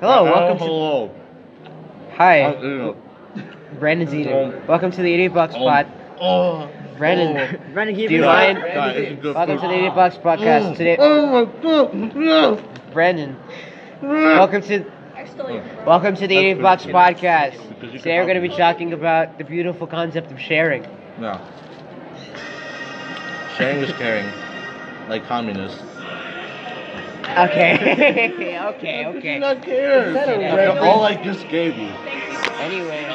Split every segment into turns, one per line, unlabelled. Hello, Oh, welcome to.
Hello. Uh,
Hi,
Hello.
Brandon's eating. Welcome to the 88 Bucks
Um,
Pod.
Oh.
Brandon,
Brandon, keep
Do you
your
mind?
mind.
That is a good
welcome to
food.
the 88 Bucks Podcast. Today,
Oh my god. No.
Brandon,
Mm.
welcome to
Are still your bro.
welcome to the 88 Bucks Podcast.
Because you
Today, we're
can-
going to be talking about the beautiful concept of sharing.
Yeah. Sharing is caring. Like communists.
Okay, okay,
Do
okay.
not care.
that a
After
reference?
all I just gave you.
Anyway,
uh,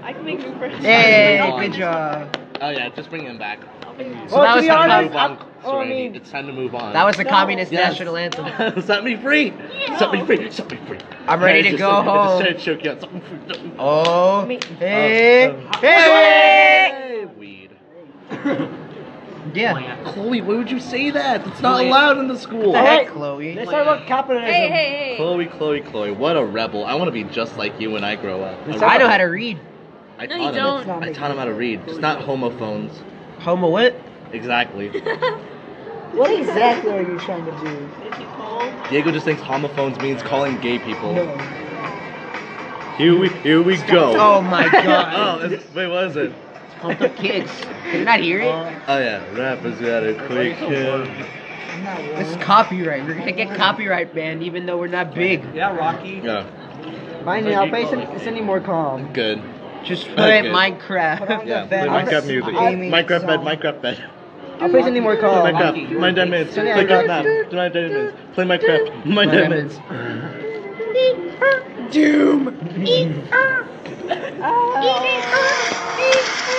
I can make new friends.
Hey, good job.
Oh yeah, just bring him back.
So that was the
Move
com-
on, Serenity. It's time to move on.
that was the communist
Yes.
national anthem.
set me free. Set me free. Set me free.
I'm ready to
just-
go
I just
home.
started choking on something. Set me free.
Oh,
Me-
hey, hey,
Hey, Weed.
yeah.
Chloe, why would you say that? It's not allowed in the school.
What the heck, Chloe?
Let's talk about capitalism.
Hey, hey, hey.
Chloe, Chloe, Chloe, what a rebel. I want to be just like you when I grow up.
I know how to read.
I
No,
taught
you
him.
don't.
I taught him how to read. Just not homophones.
Homo what?
Exactly.
What exactly are you trying to do?
Diego just thinks homophones means calling gay people.
No.
Here we here we go.
Oh my
oh,
god.
it's, wait, what is it?
Uh,
Pump the kids. Can you not hear it?
Oh yeah, rap is at a quick.
I'm not
This is
wrong.
copyright. We're gonna get copyright banned, even though we're not big.
Yeah, Rocky.
Yeah,
Mind you, I'll play some, something more calm.
good.
Just put
Okay.
Put on
Minecraft.
Yeah, play
the bed.
Minecraft music.
Gaming
Minecraft bed,
song.
Minecraft bed.
I'll play something more
Oh,
calm.
Minecraft, my diamonds.
Sonny,
Play
I got-
Gotham. My diamonds. Play Minecraft. My
My diamonds.
diamonds.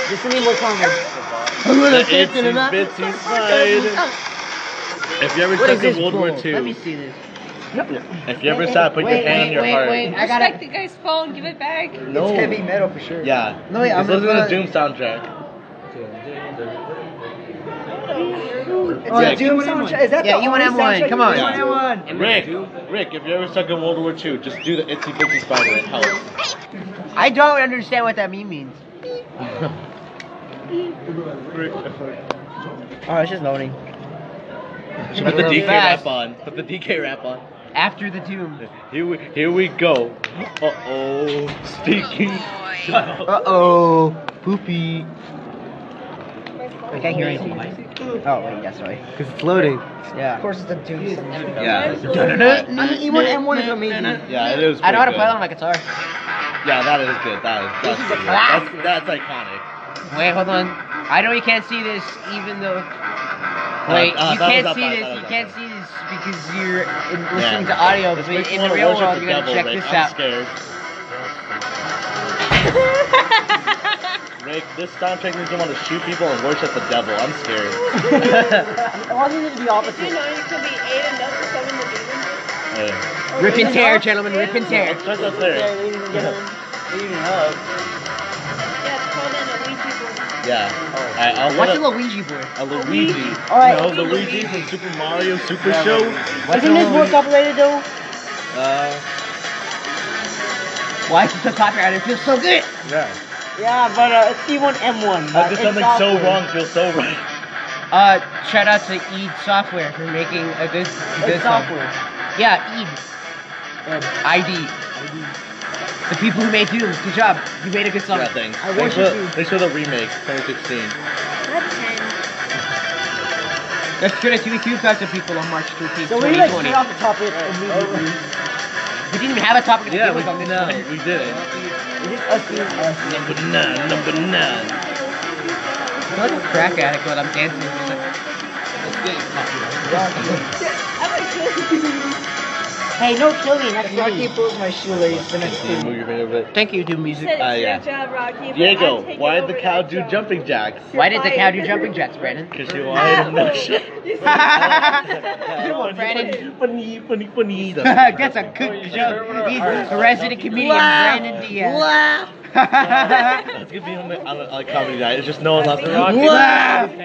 Just something more calm.
I'm gonna
The
take it
itsy
in my-
bitsy slide. If you ever
What is
stuck
this
in World War
called? Let me
II,
see this.
if you ever stop, put your
Wait,
hand on your heart.
I gotta-
Respect the guy's phone. Give it back.
No.
It's heavy metal for sure.
Yeah.
No, wait, I'm
Just listen
gonna-
to the Doom soundtrack.
It's
Oh, yeah.
a Doom soundtrack. Is that
Yeah,
the
E1M1,
only soundtrack?
come on.
E1M1.
Rick, Rick, if you ever stuck in World War II, just do the itsy bitsy spider. It helps.
I don't understand what that meme means. Oh, it's just loading.
Put the DK
Fast.
rap on. Put the DK rap on.
After the tomb.
Here we, here we go. Uh oh. Speaking.
Uh oh. Poopy. I can't hear anything. Oh, wait, that's right. Because it's loading.
Of
Yeah.
course, it's a Doom soundtrack.
Yeah.
I mean, E1M1 is amazing.
Yeah, it is.
I know how to
pretty
play
good.
it on my guitar.
Yeah, that is good. That is. That's
This is a
pretty good. That's, that's iconic.
Wait, hold on. I know you can't see this, even though. Wait,
uh,
you
that was
can't
up,
see
that
this.
was
You
up.
can't see this because you're in-
Yeah.
listening to audio. But
This makes me
in the
wanna
real
worship
world,
the
you're gonna
devil,
check
Rick.
this
I'm
out.
scared. Rick, this soundtrack makes me want to shoot people and worship the devil. I'm scared.
I want it to be
You
opposite.
know you could be eight and up to seven the demon.
Hey,
Rip and tear, gentlemen. Rip and tear.
let's start that there.
we didn't get it. We didn't have.
Yeah, it's called an
Yeah.
Oh.
Alright, I'll
What's a
get a,
Luigi board?
a Luigi.
Alright.
No, Luigi from Super Mario Super Show.
Isn't this more copyrighted though?
Uh,
Why is it so copyrighted? It feels so good.
yeah.
Yeah, but uh, it's E1M1.
I
but
did
it's
something so
software.
wrong, feels so right.
Uh, shout out to Eid Software for making a good, good
It's
song.
software.
Yeah, E. Eid. ID. The people who made Doom. Good job. You made a good song.
Yeah, thanks.
I
Thanks for-
worship you.
Thanks for the remake, 2016.
That's good at TV Cube Factor people on March 13th,
So we like
2020.
straight off the topic immediately.
we didn't even have a topic to deal
Yeah, we,
with on this
no,
one.
we did it.
It is us being us.
Number nine, number nine.
I'm like a crack addict when I'm dancing. It's like,
Hey, no killing. That's Rocky pulls my shoelace the next
Can you
thing.
move your hand over it?
Thank you, Doom Music.
Ah, yeah.
Good job, Rocky. but I'd
Diego,
take
why
it
did the
over
cow
that
do
job.
jumping jacks?
Why did the cow do jumping jacks, Brandon?
Because she wanted
Ah,
to know shit.
oh, you
Good one, Brandon.
Funny, funny, funny.
Gets a good joke. He's a resident comedian, Brandon Diaz. Laugh.
That's gonna be on, the, on, the, on the comedy night. It's just no one laughing.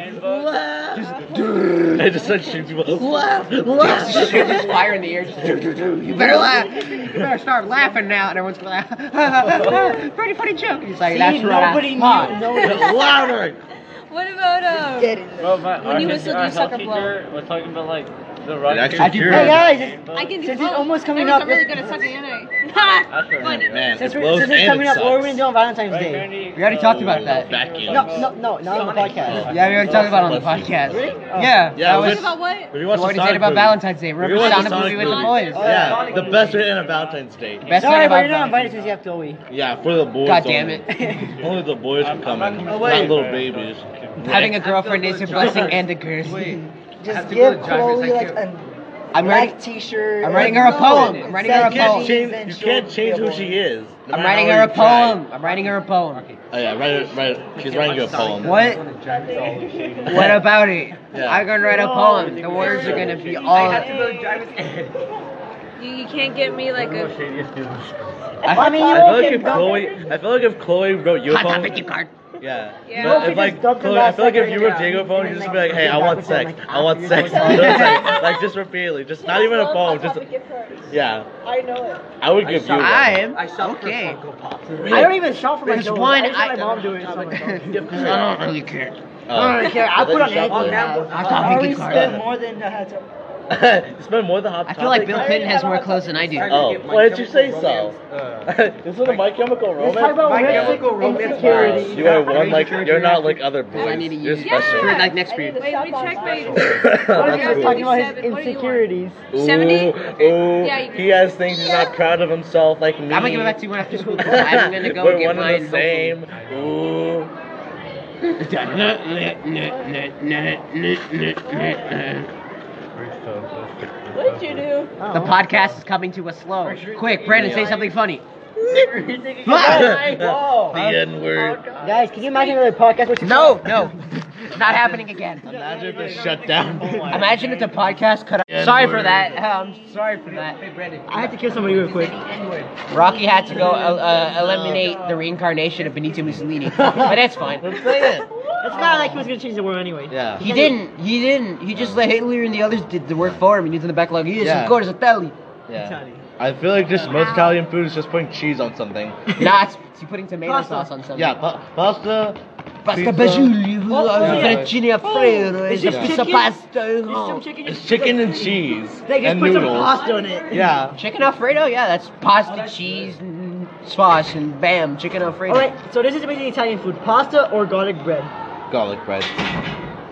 They just said shoot people. Laugh,
Just
laugh.
shoot this fire in the air. Just, you better laugh. You better start laughing now. And everyone's going, pretty funny joke. And he's like, that's
See,
right.
nobody
Huh.
knew. No one
Louder.
What about um?
did it.
Well, my,
When
our,
you
his-
whistled,
our
you sucker
health
blow.
teacher was talking about like the
It
rock.
actually
Hey,
cured
Hey
it.
guys, it's-
I can.
Since
oh,
it's almost coming
there was I'm
up,
really
it's-
good at sucking in it. Ha!
That's what
Fun.
I meant.
Man, it
since,
blows
we're, since it's
and
coming
it
up, what are we
sucks. Oh,
gonna do on Valentine's
Right,
Day?
Grandy?
We already talked about that.
Vacuum.
No, no, no, not on the
Sonic.
podcast.
Yeah, we already talked about it on the podcast.
Really? Oh.
Yeah.
Yeah,
that
we
was
What about what?
If you
what
watch
we
the
said
Sonic
about
movie-
Valentine's Day.
if you
Remember
watch the
Sonic
Sonic
movie with the
movie.
boys?
Yeah, the best way to end a Valentine's Day.
Best
Sorry,
thing
but
about
you're
Valentine's
not invited since you have Chloe.
Yeah, for the boys.
God damn
only.
it.
Only the boys are coming.
Oh,
Not
wait.
little babies.
Having a girlfriend is a blessing and a curse.
Just give Chloe like a
I'm
black
writing,
t-shirt.
I'm
and-
writing her a
No,
poem.
it's
I'm writing her a
You can't
poem.
seventies
change,
and
you
she'll
can't change
be a
who
boy.
she is. no
I'm
matter
writing
how
her a
you try.
poem. I'm writing her a poem.
Oh, yeah, write, it- write, it. she's writing you a poem.
What? What about it?
Yeah.
I'm gonna write a poem. The words are gonna be all.
You, you can't get me like
Oh,
a.
I mean, you
I feel
all
like
can
if Chloe, I feel like if Chloe wrote you a poem, yeah.
Yeah.
But
You
if like
just dumped her
Chloe, I
last
feel like if
second,
you wrote
yeah.
Diego a poem, you'd just be like, hey, I want sex, I want sex,
Yeah.
I want sex. like just repeatedly, just not even a poem, just
Yeah,
I know it.
I would give you one.
I'm okay.
I don't even shop for my
There's
clothes.
one
I just let
item.
my mom do it. so I'm like, oh.
I don't really care.
Oh.
I don't care. I
But
put
then
on
you shop
anything.
there.
I
I
thought we
already
could.
spent more than I had to.
spend more than hot
I
topic.
feel like Bill Clinton has more clothes than I do.
Oh, why did you say so? Isn't it My Chemical Romance?
Let's talk about
My
risk
Chemical Romance
insecurity.
vibes.
You are one
Crazy
like
Church
you're not
Reaction.
like other
Then I
boys.
need to
You're
use
Yeah.
for
special.
like next period.
Wait, we checked my.
What if you guys
That's
That's
cool.
talking about his
Seven, what do you want?
insecurities?
Seventy?
Ooh, ooh,
Yeah, you can-
he has things he's not proud of himself, like me.
I'm gonna give it back to you when after school. I'm gonna go
We're
and get
one
mine.
and the same. Ooh.
What did you do?
The
Oh.
podcast is coming to a slow. Quick, Brandon, say something funny.
The N word.
Guys, can you imagine another podcast with
No, no, not happening again.
Imagine if it's shut down.
Imagine if the podcast cut.
N-word.
Sorry for that. I'm sorry for that.
I had to kill somebody real quick.
Rocky had to go uh, uh, eliminate the reincarnation of Benito Mussolini, but that's fine.
It's not like he was gonna change the world anyway.
Yeah.
He didn't. He didn't. He just let Hitler and the others did the work for him. He was in the back like, yes,
Yeah.
of course, Italian.
Yeah. I feel like just most Italian food is just putting cheese on something.
Nah, it's, it's putting tomato
Pasta.
sauce on something.
Yeah, pa- pasta.
Pasta
Pizza.
bajuli,
Oh,
yeah.
fettuccine alfredo,
is this
pizza
chicken?
pasta.
Some chicken.
It's chicken and cheese.
They just
and
put
noodles.
some pasta on it.
Yeah.
Chicken alfredo, yeah, that's pasta, cheese, and sauce, and bam, chicken alfredo.
All right, so this is basically Italian food: pasta or garlic bread.
Garlic bread.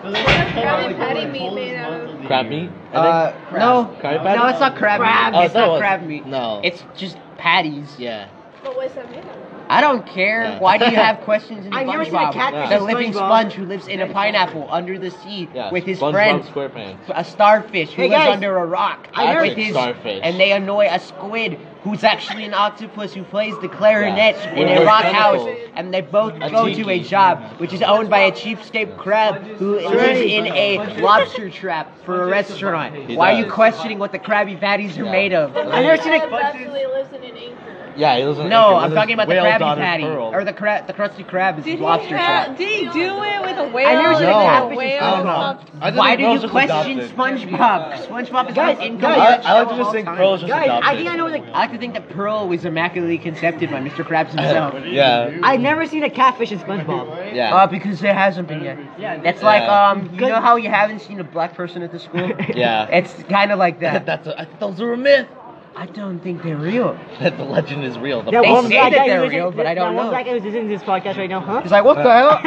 Probably patty meat made out of.
Crab meat? I
Uh,
think.
no,
Crab patty?
no, it's not crab
Crab.
meat.
Oh,
it's
that
not
was-
crab meat.
No.
It's just patties.
Yeah.
But what's that made out of?
I don't care.
Yeah.
Why do you have questions in
I've
SpongeBob?
never seen a catfish
The
in
living
SpongeBob.
sponge who lives in a pineapple under the sea
Yeah.
with his
SpongeBob
friends.
SquarePants.
a starfish who
Hey,
lives
guys.
under a rock uh,
I heard-
with his
Starfish.
and they annoy a squid who's actually an octopus who plays the clarinet
Yeah.
in a
We're
rock
botanicals.
house and they both
A
go to
tiki.
a job which is owned by a cheapskate crab who lives in a lobster trap for a restaurant
He
why are
does.
you questioning what the crabby patties are
Yeah.
made of
I never
seen a-
Actually lives in an anchor.
Yeah, it was an
no
it
i'm
was
talking about the
whale
crabby
dotted
patty
pearl.
or the cra- the crusty crab is his
Did
lobster
he have,
trap
Did he do it with a whale?
I never
Like,
did
No.
a
catfish
whale
in
I don't
or
know.
something?
I didn't
why
think
do
Pearl
you
was
question
adopted.
SpongeBob? SpongeBob is
Guys,
not in
guys,
I, I like to just think
time.
Pearl was just
Guys,
adopted.
I think I know what the.
I like to think that Pearl was immaculately conceived by Mr. Krabs himself.
Yeah.
I've never seen a catfish in SpongeBob.
Yeah.
Uh, because there hasn't been yet.
Yeah.
It's like,
Yeah.
um, you know how you haven't seen a black person at the school?
yeah.
It's kind of like that.
That's a, I, those are a myth.
I don't think they're real.
That the legend is real. The
That
They
one
say
black
that
guy who
they're
was in-
real, but I
that
don't
one
know.
black guy who's in this podcast right now, huh?
He's like, what the hell?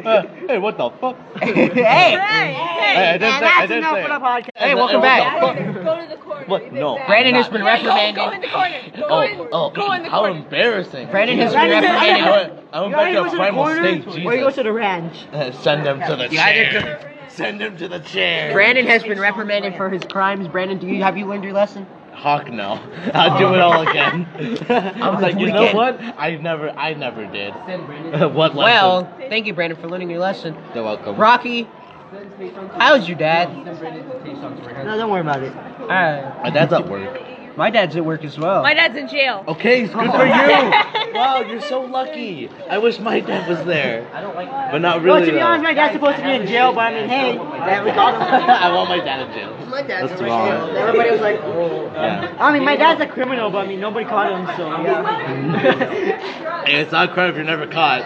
Uh, hey, what the fuck?
hey!
Hey,
Hey, I didn't say, I
that's
didn't
enough
say.
for the podcast.
Hey, welcome back.
Go to the corner.
What?
You did
No.
that.
Brandon has been
Yeah, go-
reprimanded.
Go in the corner. Go
Oh,
in.
oh,
go in the
how
corner.
embarrassing.
Brandon has been
Brandon,
reprimanded.
I went, I went
You
back to
either go to
a
the
primal
corner,
state,
or you go
Jesus.
to the ranch.
Uh, Send them to the
You either go-
chair. Send them to the chair.
Brandon has been reprimanded for his crimes. Brandon, do you have you learned your lesson?
Hawk, no. I'll do it all again. I was like,
do it
you know
again.
what? I never, I never did. what lesson?
Well, thank you, Brandon, for learning your lesson.
You're welcome.
Rocky, how's your dad?
No, don't worry about it.
Uh,
My dad's at work.
my dad's at work as well.
My dad's in jail.
Okay, it's good for you. wow, you're so lucky. I wish my dad was there. I don't like But not really.
well, to be
though.
honest, my dad's supposed to be in jail, but I mean, hey, that we got him.
I want my dad in jail. My dad. That's wrong.
Everybody was like,
Yeah.
I mean, my dad's a criminal, but I mean, nobody caught him, so yeah.
And it's not a crime if you're never caught.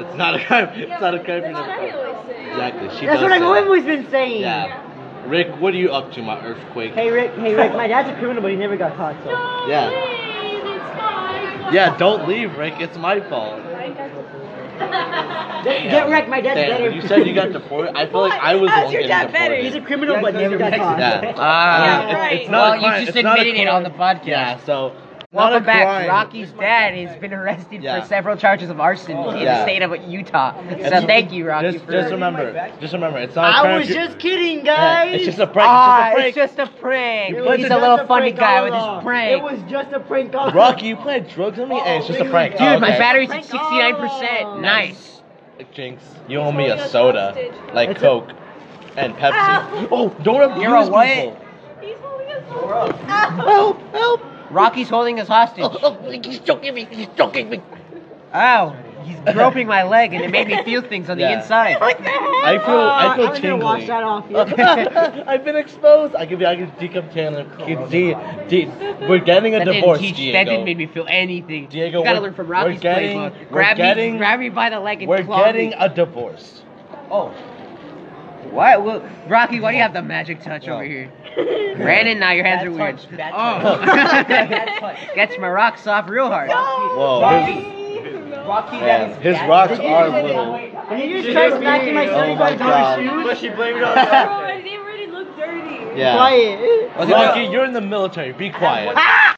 It's not a crime. It's not a crime if you're never
Daddy
caught.
always says.
Exactly. She
That's
does
what I've
that.
always been saying.
Yeah. Rick, what are you up to, my earthquake?
Hey Rick, hey Rick, my dad's a criminal, but he never got caught, so.
Yeah. Yeah, don't leave, Rick. It's my fault.
Get, get Rick, my dad's
Damn,
better.
You said you got deported. I feel like I was the
How's
one
your
getting
dad better?
deported.
He's a criminal, but never got caught.
Yeah.
Ah.
Yeah, right.
Uh, It's not a
Well, you
crime.
just
It's not a
admitted it on the
crime.
podcast.
Yeah, so. not a
Welcome back.
crime.
Rocky's dad has been arrested
Yeah.
for several charges of arson in the
Yeah.
state of Utah. So
That's-
thank you, Rocky.
Just,
for
just remember. Just remember. It's not a crime.
I was
if you-
just kidding,
Yeah,
guys.
It's just a prank.
Ah,
It's
it's
just a
just a prank.
It was
He's
just
a little
prank
funny guy
all
with
along.
his
It
prank.
was just a prank all
prank. Rocky, you played drugs on me? Hey, it's just a prank.
Dude,
Oh,
my
okay.
battery's at
Prank all
69%.
along.
Nice.
Jinx, you owe me a soda, like Coke and Pepsi.
Ow.
Oh, don't abuse
You're a what?
people.
He's holding us.
Help! Help!
Rocky's holding us hostage.
he's choking me! He's choking me!
Ow. He's groping my leg and it made me feel things on the
Yeah.
inside.
I feel,
Uh,
I
Ah,
feel
I'm gonna
tingly.
wash that off you.
I've been exposed. I could be, I could decom Tanner. Kid D, D, we're getting a
That
divorce,
didn't teach.
Diego.
That didn't make me feel anything.
Diego,
you gotta
we're-
learn from
we're
Rocky's
getting-
playbook.
we're
Grab me,
getting-
grab me by the leg and
We're
claw
getting
me.
a divorce.
Oh. Why, well, Rocky? Why do you have the magic touch over here? Brandon, now your hands
Bad
are weird.
Oh. touch, bad
oh,
touch.
Bad touch.
gets my rocks off real hard.
Whoa. Oh, his-
Rocky,
man, his rocks are little.
And you just tried smacking my
Oh my god. But she blamed it on
Oh, they really look dirty.
Yeah.
Quiet.
Rocky, you're in the military. Be quiet.